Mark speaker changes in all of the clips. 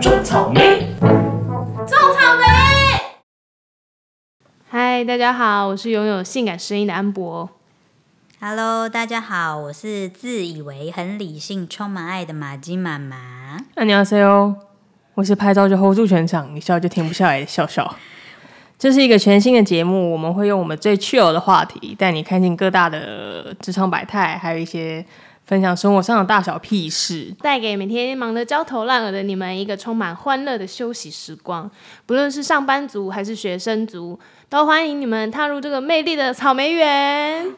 Speaker 1: 种草莓，种草莓。
Speaker 2: 嗨，大家好，我是拥有性感声音的安博。
Speaker 3: Hello，大家好，我是自以为很理性、充满爱的马吉妈妈。
Speaker 4: 那你要 say 哦，我是拍照就 hold 住全场，一笑就停不下来的笑笑。这是一个全新的节目，我们会用我们最 chill 的话题，带你看尽各大的职场百态，还有一些分享生活上的大小屁事。
Speaker 2: 带给每天忙得焦头烂额的你们一个充满欢乐的休息时光。不论是上班族还是学生族，都欢迎你们踏入这个魅力的草莓园。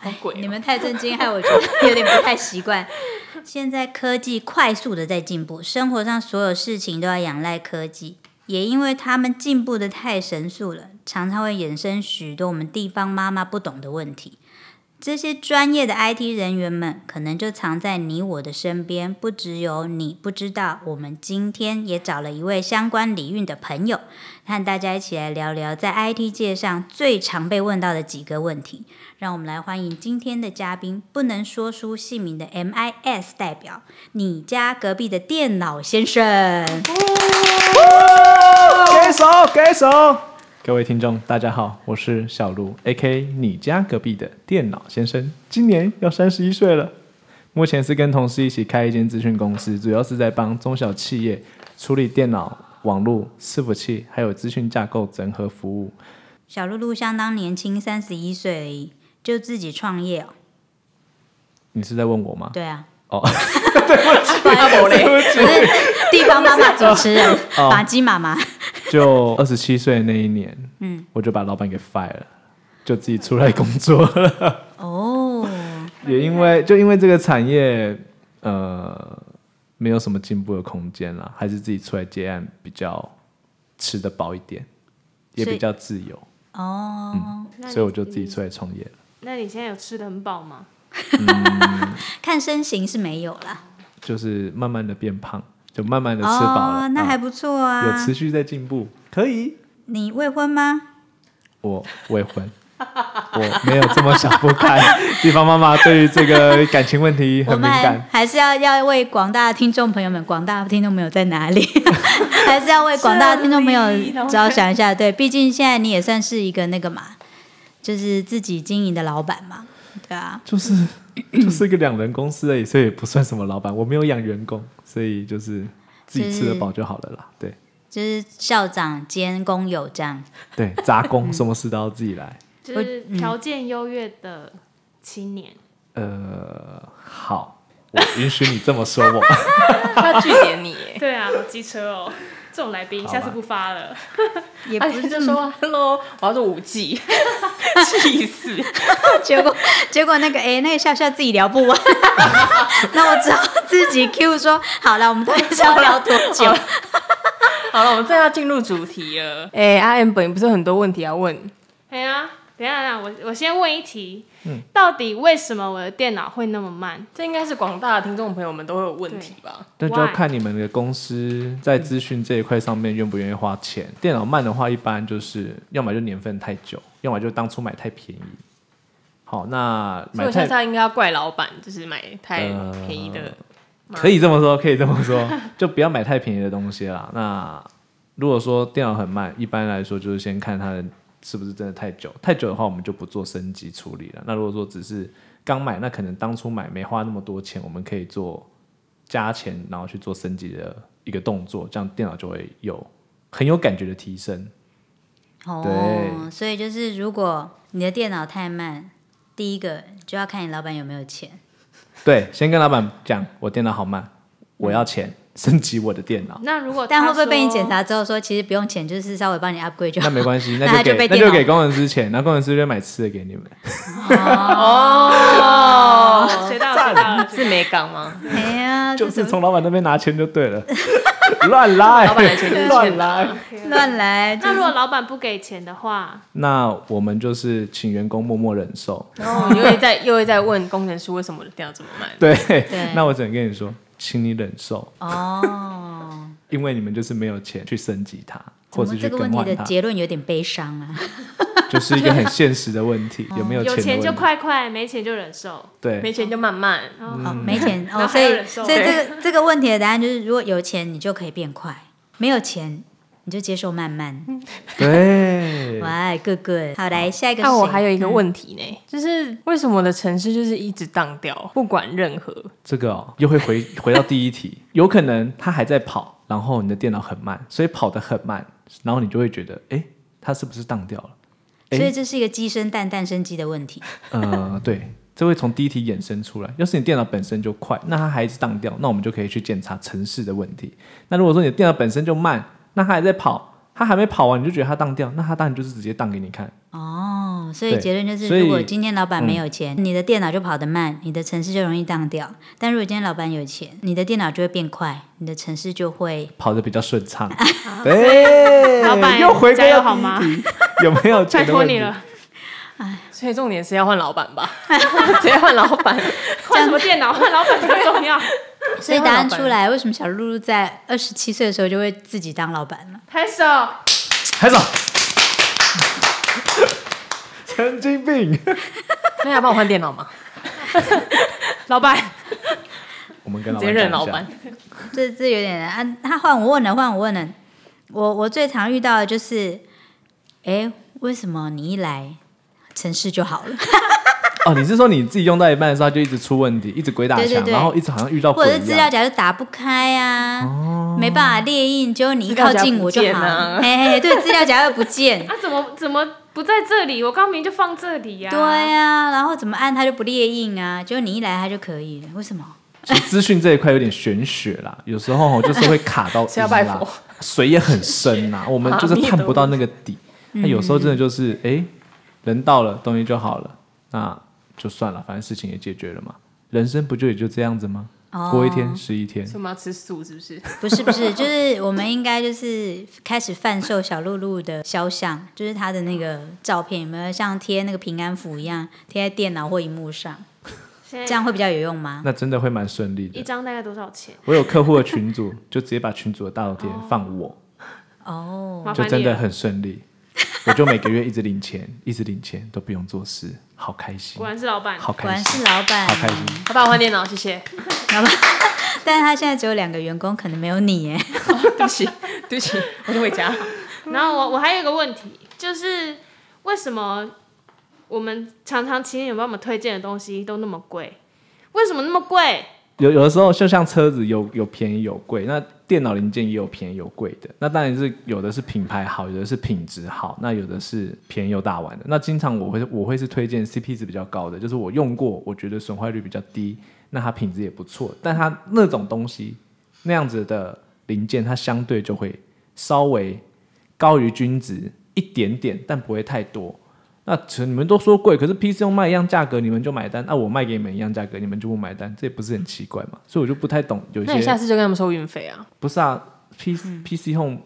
Speaker 3: 哎
Speaker 4: 鬼哦
Speaker 3: 你们太震惊，害我觉得有点不太习惯。 现在科技快速的在进步，生活上所有事情都要仰赖科技，也因为他们进步的太神速了，常常会衍生许多我们地方妈妈不懂的问题。这些专业的 IT 人员们，可能就藏在你我的身边，不只有你不知道。我们今天也找了一位相关领域的朋友，和大家一起来聊聊在 IT 界上最常被问到的几个问题。让我们来欢迎今天的嘉宾，不能说出姓名的 MIS 代表，你家隔壁的电脑先生。
Speaker 5: 给手，给手！各位听众，大家好，我是小卢，A.K. 你家隔壁的电脑先生，今年要三十一岁了。目前是跟同事一起开一间咨询公司，主要是在帮中小企业处理电脑、网络、伺服器还有资讯架构整合服务。
Speaker 3: 小露露相当年轻，三十一岁而已，就自己创业哦。
Speaker 5: 你是在问我吗？
Speaker 3: 对啊，
Speaker 5: 哦，
Speaker 3: 地方妈妈主 持人马基妈妈。
Speaker 5: 就二十七岁那一年，嗯，我就把老板给 fire 了，就自己出来工作了。
Speaker 3: 哦，
Speaker 5: 也因为就因为这个产业，呃，没有什么进步的空间啦，还是自己出来接案比较吃得饱一点，也
Speaker 3: 所以
Speaker 5: 比较自由，
Speaker 3: 哦，
Speaker 2: 那你嗯
Speaker 5: 所以我就自己出来创业了。
Speaker 2: 那你现在有吃的很饱吗？
Speaker 3: 看身形是没有啦。
Speaker 5: 就是慢慢的变胖，就慢慢的吃饱了，
Speaker 3: 哦，那还
Speaker 5: 啊
Speaker 3: 不错啊。
Speaker 5: 有持续在进步，可以。
Speaker 3: 你未婚吗？
Speaker 5: 我未婚，我没有这么想不开。 地方妈妈对于这个感情问题
Speaker 3: 我
Speaker 5: 很敏
Speaker 3: 们还
Speaker 5: 感，
Speaker 3: 还是要要为广大的听众朋友们，广大的听众朋友在哪里？ 还是要为广大的听众朋
Speaker 2: 这里
Speaker 3: 友着想一下。对，毕竟现在你也算是一个那个嘛，就是自己经营的老板嘛，对啊。
Speaker 5: 就是 就是一个两人公司而已，所以也不算什么老板。我没有养员工，所以就是自己吃得饱就好了啦。对
Speaker 3: 就是校长兼工友这样，
Speaker 5: 对，杂 工什么事都要自己来。
Speaker 2: 就是
Speaker 5: 嗯
Speaker 2: 条件优越的青年，
Speaker 5: 呃，好，我允许你这么说 我。
Speaker 4: 他据点你 耶，
Speaker 2: 对啊，好机车哦，这种来宾
Speaker 5: 好吧下次
Speaker 2: 不发了。
Speaker 3: 也
Speaker 4: 而
Speaker 3: 不
Speaker 4: 且
Speaker 3: 是
Speaker 4: 就说 hello，我要做五 G，气死！
Speaker 3: 结果结果那个哎、诶那个笑笑自己聊不完， 那我只好自己 Q 说好了，我们到底是要聊多久？
Speaker 4: 好了，我们正要进入主题了。哎、阿 M 本不是很多问题要问，
Speaker 2: 哎呀，等一下，等一下，我我先问一题，
Speaker 5: 嗯
Speaker 2: 到底为什么我的电脑会那么慢？
Speaker 4: 这应该是广大的听众朋友们都会有问题吧？
Speaker 5: 那就要
Speaker 2: Why？
Speaker 5: 看你们的公司在资讯这一块上面愿不愿意花钱。电脑慢的话，一般就是要么就年份太久，要么就当初买太便宜。好，那
Speaker 4: 所以
Speaker 5: 买
Speaker 4: 我下
Speaker 5: 太
Speaker 4: 次应该要怪老板，就是买太便宜的。
Speaker 5: 可以这么说，可以这么 说，就不要买太便宜的东西啦。那如果说电脑很慢，一般来说就是先看它的是不是真的太久，太久的话我们就不做升级处理了。那如果说只是刚买，那可能当初买没花那么多钱，我们可以做加钱，然后去做升级的一个动作，这样电脑就会有很有感觉的提升。
Speaker 3: 哦，
Speaker 5: 对
Speaker 3: 所以就是如果你的电脑太慢，第一个就要看你老板有没有钱。
Speaker 5: 对，先跟老板讲，我电脑好慢，我要钱升级我的电脑。
Speaker 2: 那
Speaker 4: 哦
Speaker 2: 如果
Speaker 3: 但
Speaker 2: 他
Speaker 3: 会不会被你
Speaker 2: 说
Speaker 3: 检查之后说，其实不用钱，就是稍微帮你 upgrade 就好？
Speaker 5: 那没关系，
Speaker 3: 那他
Speaker 5: 那
Speaker 3: 就
Speaker 5: 就
Speaker 3: 被
Speaker 5: 给
Speaker 3: 电
Speaker 5: 那就
Speaker 3: 脑
Speaker 5: 给工程师钱，那工程师就买吃的给你们。
Speaker 4: 哦，
Speaker 2: 学到了学到 了，
Speaker 4: 是没港吗？
Speaker 3: 哎 呀，
Speaker 5: 就
Speaker 3: 这
Speaker 5: 是
Speaker 3: 怎么
Speaker 5: 从老板那边拿钱就对了， 乱来，
Speaker 4: 老板的钱就是
Speaker 5: 乱
Speaker 4: 钱
Speaker 5: 来。
Speaker 3: 乱 来。
Speaker 2: 那如果老板不给钱的话，
Speaker 5: 那我们就是请员工默默忍受。
Speaker 4: 然后你又会再又会再问工程师为什么我的电脑这么慢？
Speaker 5: 对，那我只能跟你说，请你忍受，
Speaker 3: 哦，
Speaker 5: 因为你们就是没有钱去升级它，
Speaker 3: 怎
Speaker 5: 或
Speaker 3: 么
Speaker 5: 是
Speaker 3: 这
Speaker 5: 去
Speaker 3: 个
Speaker 5: 更
Speaker 3: 问题
Speaker 5: 换
Speaker 3: 的
Speaker 5: 它。
Speaker 3: 结论有点悲伤啊？
Speaker 5: 就是一个很现实的问题，有没
Speaker 2: 有
Speaker 5: 钱的问
Speaker 2: 钱
Speaker 5: 题
Speaker 2: 就快快，没钱就忍受。
Speaker 5: 对，
Speaker 4: 没钱就慢慢。
Speaker 5: 嗯
Speaker 3: 哦，没 钱
Speaker 2: 然后
Speaker 3: 哦，所
Speaker 2: 还要
Speaker 3: 以
Speaker 2: 忍受
Speaker 3: 所以这个这个问题的答案就是，如果有钱你就可以变快，没有钱你就接受慢慢。
Speaker 5: 对，
Speaker 3: 哇，哥哥，好来下一个是
Speaker 4: 那
Speaker 3: 谁。
Speaker 4: 我还有一个问题呢，就是为什么我的城市就是一直荡掉，不管任何？
Speaker 5: 这个、哦、又会回 回到第一题，有可能它还在跑，然后你的电脑很慢，所以跑得很慢，然后你就会觉得，哎，它是不是荡掉了？诶
Speaker 3: 所以这是一个鸡生蛋，蛋生鸡的问题。
Speaker 5: 呃，对，这会从第一题衍生出来。要是你电脑本身就快，那它还一直荡掉，那我们就可以去检查城市的问题。那如果说你的电脑本身就慢，那它还在跑，它还没跑完你就觉得它荡掉，那它当然就是直接荡给你看。
Speaker 3: 哦，所以
Speaker 5: 对
Speaker 3: 结论就
Speaker 5: 所
Speaker 3: 是，
Speaker 5: 以
Speaker 3: 如
Speaker 5: 嗯
Speaker 3: 果今天老板没有钱，你的电脑就跑得慢，你的城市就容易荡掉；但如果今天老板有钱，你的电脑就会变快，你的城市就会
Speaker 5: 跑得比较顺畅，对，
Speaker 2: 老板
Speaker 5: 又回归
Speaker 2: 加油
Speaker 5: 到
Speaker 2: 好吗
Speaker 5: 第一题，有没有钱
Speaker 2: 拜
Speaker 5: 的
Speaker 2: 托
Speaker 5: 问题
Speaker 2: 你？了，
Speaker 4: 所以重点是要换老板吧，直接换老板。
Speaker 2: 换什么电脑，换老板最重 要。
Speaker 3: 所以答案出来，为什么小露露在二十七岁的时候就会自己当老板了？
Speaker 2: 拍手。
Speaker 5: 海总，神经病！
Speaker 4: 那要帮我换电脑吗？
Speaker 2: 老板，
Speaker 5: 我们跟
Speaker 4: 直
Speaker 5: 老
Speaker 4: 接
Speaker 5: 板
Speaker 4: 认
Speaker 5: 讲
Speaker 4: 老
Speaker 5: 一下
Speaker 4: 板。。
Speaker 3: 这这有点难啊！他换我问了，换我问了。我我最常遇到的就是，哎，为什么你一来城市就好了，
Speaker 5: 哦，你是说你自己用到一半的时候它就一直出问题，一直鬼打
Speaker 3: 对对
Speaker 5: 墙，
Speaker 3: 对
Speaker 5: 然后一直好像遇到
Speaker 3: 或
Speaker 5: 鬼
Speaker 3: 者是
Speaker 5: 一
Speaker 3: 资料
Speaker 5: 样。哦
Speaker 3: 夹就打不开啊，没办法列印，只有你一
Speaker 4: 资料
Speaker 3: 靠
Speaker 4: 夹
Speaker 3: 近我就
Speaker 4: 不见
Speaker 3: 好
Speaker 4: 啊
Speaker 3: 了。 嘿嘿，对，资料夹又不见。
Speaker 2: 啊，怎么怎么不在这里？我刚明明就放这里呀、
Speaker 3: 对啊，然后怎么按它就不列印啊，只有你一来它就可以了，为什么？
Speaker 5: 其实资讯这一块有点玄学 啦，有时候哦就是会卡到
Speaker 4: 是要拜
Speaker 5: 音啦
Speaker 4: 佛
Speaker 5: 水也很深 呐，我们就是探不到那个底。
Speaker 2: 啊
Speaker 5: 那有时候真的就是，
Speaker 2: 嗯
Speaker 5: 哎，人到了，东西就好了，那就算了，反正事情也解决了嘛。人生不就也就这样子吗？
Speaker 2: 哦
Speaker 5: 过一天是一天
Speaker 4: 所以。我们要吃素是不 是？
Speaker 3: 哦不是不是， 就是我们应该就是开始贩售小露露的肖像，就是她的那个照片，有没有像贴那个平安符一样贴在电脑或荧幕上，
Speaker 2: 现
Speaker 3: 这
Speaker 2: 在
Speaker 3: 样会比较有用吗？
Speaker 5: 那真的会蛮顺利的
Speaker 2: 一。张大概多少钱？
Speaker 5: 我有客户的 群组，就直接把群组的大头贴放我，
Speaker 3: 哦，
Speaker 2: 麻
Speaker 5: 就
Speaker 2: 烦
Speaker 5: 真
Speaker 2: 你
Speaker 5: 的
Speaker 2: 了。
Speaker 5: 很 顺利。我就每个月一直领钱，一直领钱，都不用做事，好开心
Speaker 2: 果，然是老板，
Speaker 5: 好
Speaker 3: 果
Speaker 5: 开
Speaker 3: 然
Speaker 5: 心，
Speaker 3: 是老板
Speaker 5: 好，开心。
Speaker 4: 他帮我换电脑，谢谢。
Speaker 3: 但是他现在只有两个员工，可能没有你 耶。
Speaker 4: 对不起，对不起，我就回家。
Speaker 2: 然后我我还有一个问题，就是为什么我们常常请你们帮我们推荐的东西都那么贵？为什么那么贵？
Speaker 5: 有有的时候，就像车子有有便宜有贵，那电脑零件也有便宜有贵的。那当然是有的是品牌好，有的是品质好，那有的是便宜又大碗的。那经常我会我会是推荐 CP 值比较高的，就是我用过，我觉得损坏率比较低，那它品质也不错。但它那种东西那样子的零件，它相对就会稍微高于均值一点点，但不会太多。那其实你们都说贵，可是 PC 用卖一样价格，你们就买单；啊那、我卖给你们一样价格，你们就不买单，这也不是很奇怪嘛？所以我就不太懂，有
Speaker 4: 那你嗯下
Speaker 5: 些
Speaker 4: 次就跟他们收运费啊。
Speaker 5: 不是啊，P PC Home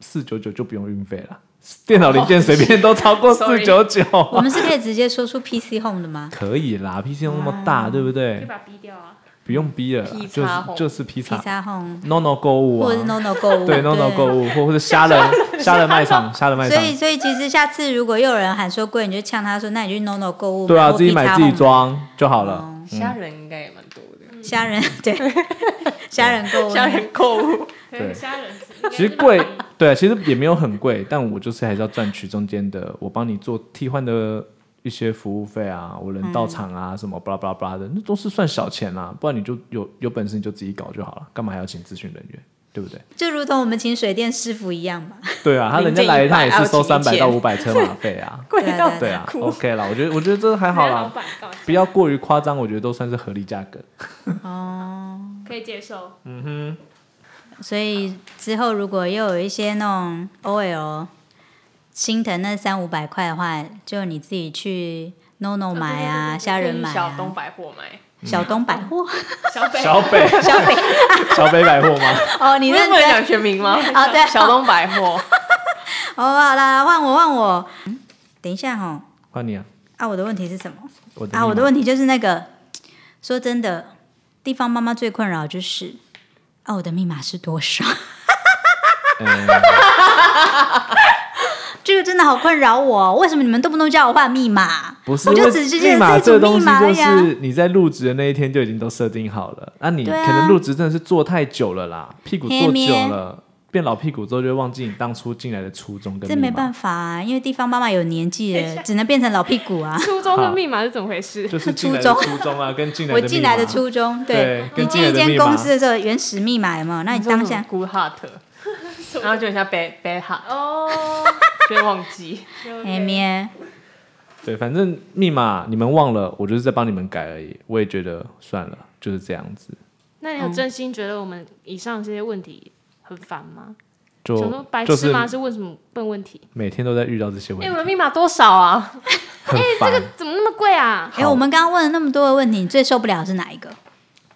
Speaker 5: 四九九就不用运费了，电脑零件随便都超过四
Speaker 4: sorry
Speaker 5: 九九，
Speaker 3: 我们是可以直接说出 PC Home 的吗
Speaker 5: 可以啦，PC Home 那么大，对不
Speaker 2: 可以
Speaker 5: 对？
Speaker 2: 把它逼掉啊！
Speaker 5: 不用逼了啦
Speaker 4: P，
Speaker 5: 就是
Speaker 4: 叉 Home
Speaker 5: 就是 P 叉
Speaker 3: ？PC Home
Speaker 5: No No 购物
Speaker 3: 或者是
Speaker 5: 啊，
Speaker 3: No No 购物？
Speaker 5: 对 No No 购物，或或者虾仁虾仁卖场虾仁卖
Speaker 3: 所
Speaker 5: 场，
Speaker 3: 以，所以其实下次如果又有人喊说贵，你就呛他说：“那你去 no no 购物吧，
Speaker 5: 对啊，
Speaker 3: 或
Speaker 5: 自己买
Speaker 3: Pizza
Speaker 5: 自己
Speaker 3: Home
Speaker 5: 装就好了。
Speaker 4: 虾仁应该也蛮多的，
Speaker 3: 虾仁， 对，虾仁购物，
Speaker 4: 虾仁购物。
Speaker 2: 可
Speaker 5: 对
Speaker 2: 以虾仁应该是
Speaker 5: 其实贵，对啊，其实也没有很贵，但我就是还是要赚取中间的，我帮你做替换的一些服务费啊，我人到场啊，什么巴拉巴拉巴拉的，那都是算小钱啦、不然你就有有本事你就自己搞就好了，干嘛还要请咨询人员？对不对？
Speaker 3: 就如同我们请水电师傅一样嘛。
Speaker 5: 对啊，他人家
Speaker 4: 零件
Speaker 5: 来一趟
Speaker 4: 100
Speaker 5: 也是
Speaker 4: 还要
Speaker 5: 收三
Speaker 4: 请
Speaker 5: 百
Speaker 4: 一
Speaker 5: 到
Speaker 4: 千，
Speaker 5: 五百车马费啊
Speaker 4: 贵到
Speaker 3: 对
Speaker 5: 对啊，OK 啦，我觉得我觉得这还好
Speaker 2: 那老
Speaker 5: 啦，
Speaker 2: 板告诉
Speaker 5: 不要过于夸张，我觉得都算是合理价格。
Speaker 3: 哦，
Speaker 2: 可以接受，
Speaker 3: 所以之后如果又有一些那种 OL 心疼那三五百块的话，就你自己去 no no 买啊，虾仁买
Speaker 4: 小东嗯
Speaker 3: 啊，
Speaker 4: 百货买，
Speaker 3: 小东百货。
Speaker 2: 小北
Speaker 5: 小北，
Speaker 3: 小北，
Speaker 5: 小北百货吗？
Speaker 3: 哦，你
Speaker 4: 你
Speaker 3: 认
Speaker 4: 不能
Speaker 3: 真
Speaker 4: 讲全名吗？
Speaker 3: 哦，对，
Speaker 4: 小东百 货，
Speaker 3: 哦，好啦，换我，换我。嗯，等一下哈，
Speaker 5: 换你啊，
Speaker 3: 啊，我的问题是什么？
Speaker 5: 我的
Speaker 3: 啊，我的
Speaker 5: 问
Speaker 3: 问题就是那个，说真的，地方妈妈最困扰就是，
Speaker 5: 嗯
Speaker 3: 啊，我的密码是多少？ 这个真的好困扰我，为什么你们动不动叫我换密码？
Speaker 5: 不是，
Speaker 3: 我
Speaker 5: 因
Speaker 3: 就
Speaker 5: 为
Speaker 3: 只是
Speaker 5: 密
Speaker 3: 记
Speaker 5: 码
Speaker 3: 得
Speaker 5: 这
Speaker 3: 这
Speaker 5: 个
Speaker 3: 组
Speaker 5: 东
Speaker 3: 密
Speaker 5: 西
Speaker 3: 码而
Speaker 5: 就
Speaker 3: 已啊。
Speaker 5: 是你在入职的那一天就已经都设定好了，那、你可
Speaker 3: 对啊
Speaker 5: 能入职真的是坐太久了啦，屁股
Speaker 3: 嘿
Speaker 5: 坐
Speaker 3: 咩
Speaker 5: 久了，变老屁股之后就会忘记你当初进来的初衷跟
Speaker 3: 这
Speaker 5: 密
Speaker 3: 没
Speaker 5: 码
Speaker 3: 办法、啊，因为地方妈妈有年纪 了，只能变成老屁股啊。
Speaker 2: 初中的
Speaker 5: 好
Speaker 2: 密码是怎么回事？
Speaker 5: 就是进来
Speaker 3: 初
Speaker 5: 的
Speaker 3: 衷
Speaker 5: 初 衷啊，跟进来
Speaker 3: 我
Speaker 5: 的
Speaker 3: 进来的
Speaker 5: 密码
Speaker 3: 初衷，
Speaker 5: 对
Speaker 3: 你
Speaker 5: 跟
Speaker 3: 进一
Speaker 5: 进来的
Speaker 3: 间
Speaker 5: 密码
Speaker 3: 公司的时候，原始密码有没有？那你当下
Speaker 4: good heart，然后就很像 bad bad heart，
Speaker 2: 哦，
Speaker 4: 就会忘记。
Speaker 3: 哎咩，
Speaker 5: 对，反正密码你们忘了，我就是在帮你们改而已。我也觉得算了，就是这样子，
Speaker 2: 那你有真心觉得我们以上这些问题很烦吗？
Speaker 5: 就
Speaker 2: 想说白
Speaker 5: 就
Speaker 2: 痴
Speaker 5: 是
Speaker 2: 吗？是问什么笨问题？
Speaker 5: 每天都在遇到这些问
Speaker 4: 哎、
Speaker 5: 题，
Speaker 4: 我的密码多少啊？
Speaker 5: 很
Speaker 2: 哎
Speaker 5: 烦。
Speaker 2: 怎么那么贵啊？
Speaker 3: 哎，我们刚刚问了那么多的问题，你最受不了的是哪一个？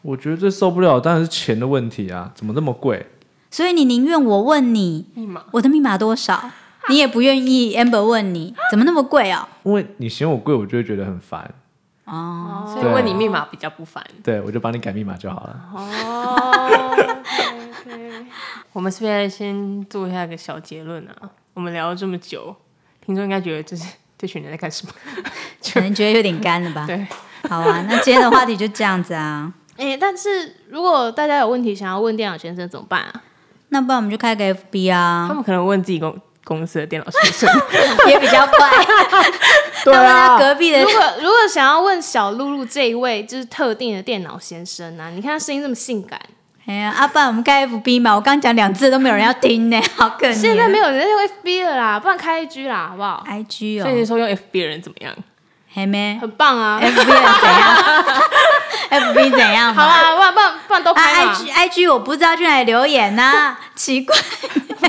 Speaker 5: 我觉得最受不了当然是钱的问题啊，怎么这么贵？
Speaker 3: 所以你宁愿我问你
Speaker 4: 密码
Speaker 3: 我的密码多少，你也不愿意 Amber 问你怎么那么贵哦。
Speaker 5: 因为你嫌我贵，我就会觉得很烦。
Speaker 3: 哦，
Speaker 4: 所以问你密码比较不烦。
Speaker 5: 对，我就帮你改密码就好了。
Speaker 2: 哦，对
Speaker 4: 我们是不是要先做一下个小结论啊？我们聊了这么久，听众应该觉得这是 这群人在干什么？？
Speaker 3: 可能觉得有点干了吧
Speaker 4: 对，
Speaker 3: 好啊，那今天的话题就这样子啊。
Speaker 2: 哎、但是如果大家有问题想要问电脑先生怎么办 啊？
Speaker 3: 那不然我们就开个 FB
Speaker 4: 他
Speaker 3: 啊，
Speaker 4: 们可能问自己公公司的电脑 先生，
Speaker 3: 也比较快。
Speaker 5: 对
Speaker 3: 那问他
Speaker 5: 啊，
Speaker 3: 隔壁的
Speaker 2: 如果如果想要问小露露这一位就是特定的电脑先生啊，你看他声音这么性感，
Speaker 3: 哎呀，阿爸，我们开 FB 嘛，我刚讲两次都没有人要听呢，好可怜。啊
Speaker 2: 现在没有人在用 FB 了啦，不然开 IG 啦，好不好？
Speaker 3: IG
Speaker 4: 所以你
Speaker 3: 哦，
Speaker 4: 说用 FB 的人怎么样？
Speaker 3: 还没
Speaker 2: 很棒啊！
Speaker 3: FB 很怎样？FB 怎样
Speaker 2: 好
Speaker 3: 嘛？
Speaker 2: 啦，不然不然不然都
Speaker 3: 啊
Speaker 2: 开嘛。
Speaker 3: ，IG IG 我不知道去哪里留言呐、奇怪，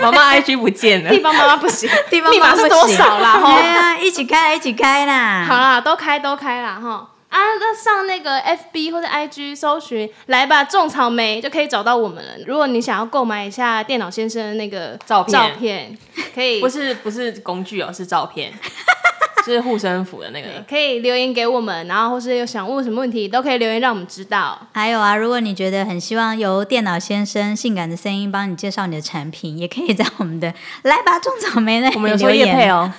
Speaker 4: 妈妈 IG 不 见了
Speaker 2: 地，方妈妈不行，
Speaker 3: 地方
Speaker 2: 密码
Speaker 3: 妈妈
Speaker 2: 是
Speaker 3: 不
Speaker 2: 多
Speaker 3: 行
Speaker 2: 少啦？吼
Speaker 3: 哎呀，一起开啦，一起开啦！
Speaker 2: 好啦，都开都开啦哈。啊，那上那个 FB 或者 IG 搜寻“来吧种草莓”就可以找到我们了。如果你想要购买一下电脑先生的那个
Speaker 4: 照片
Speaker 2: 照片可以
Speaker 4: 不是不是工具哦，是照 片，是护身符的那
Speaker 2: 对
Speaker 4: 个。
Speaker 2: 可以留言给我们，然后或是有想问什么问题都可以留言让我们知 道。
Speaker 3: 还有啊，如果你觉得很希望由电脑先生性感的声音帮你介绍你的产品，也可以在我们的“来吧种草莓”那里
Speaker 4: 我们有
Speaker 3: 留
Speaker 4: 说叶
Speaker 3: 言。
Speaker 4: 配哦，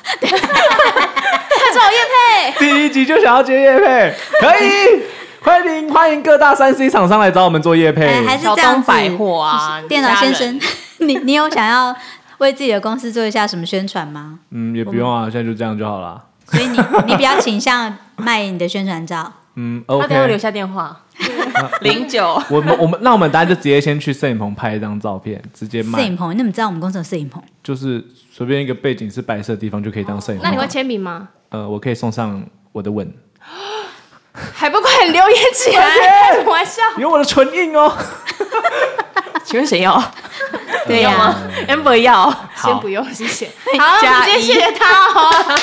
Speaker 5: 第一集就想要接叶配，可以，欢迎欢迎各大三 C 厂商来找我们做叶配。
Speaker 3: 哎，还是
Speaker 4: 小
Speaker 3: 这样
Speaker 4: 东
Speaker 3: 子。
Speaker 4: 百货啊，
Speaker 3: 电脑先
Speaker 4: 家人
Speaker 3: 生， 你你有想要为自己的公司做一下什么宣传吗？
Speaker 5: 嗯，也不用啊，现在就这样就好了。
Speaker 3: 所以你你比较倾向卖你的宣传照。
Speaker 5: 嗯
Speaker 4: 他等一下 留
Speaker 5: ，OK。
Speaker 4: 下电话，零九。
Speaker 5: 我们我们那我们大家就直接先去摄影棚拍一张照片，直接
Speaker 3: 摄
Speaker 5: 卖
Speaker 3: 影，棚，你怎么知道我们公司有摄影棚？
Speaker 5: 就是随便一个背景是白色的地方就可以当摄影棚。
Speaker 2: 那你会签名吗？
Speaker 5: 呃，我可以送上我的吻，
Speaker 2: 还不快留言起来？开什么玩 笑？
Speaker 5: 有我的唇印哦。
Speaker 4: 请问谁要？
Speaker 3: 对
Speaker 4: 要
Speaker 3: 呀、
Speaker 4: 吗？Amber 要。
Speaker 2: 先不用，谢谢。
Speaker 4: 好
Speaker 2: 好，我们今天谢谢他哦。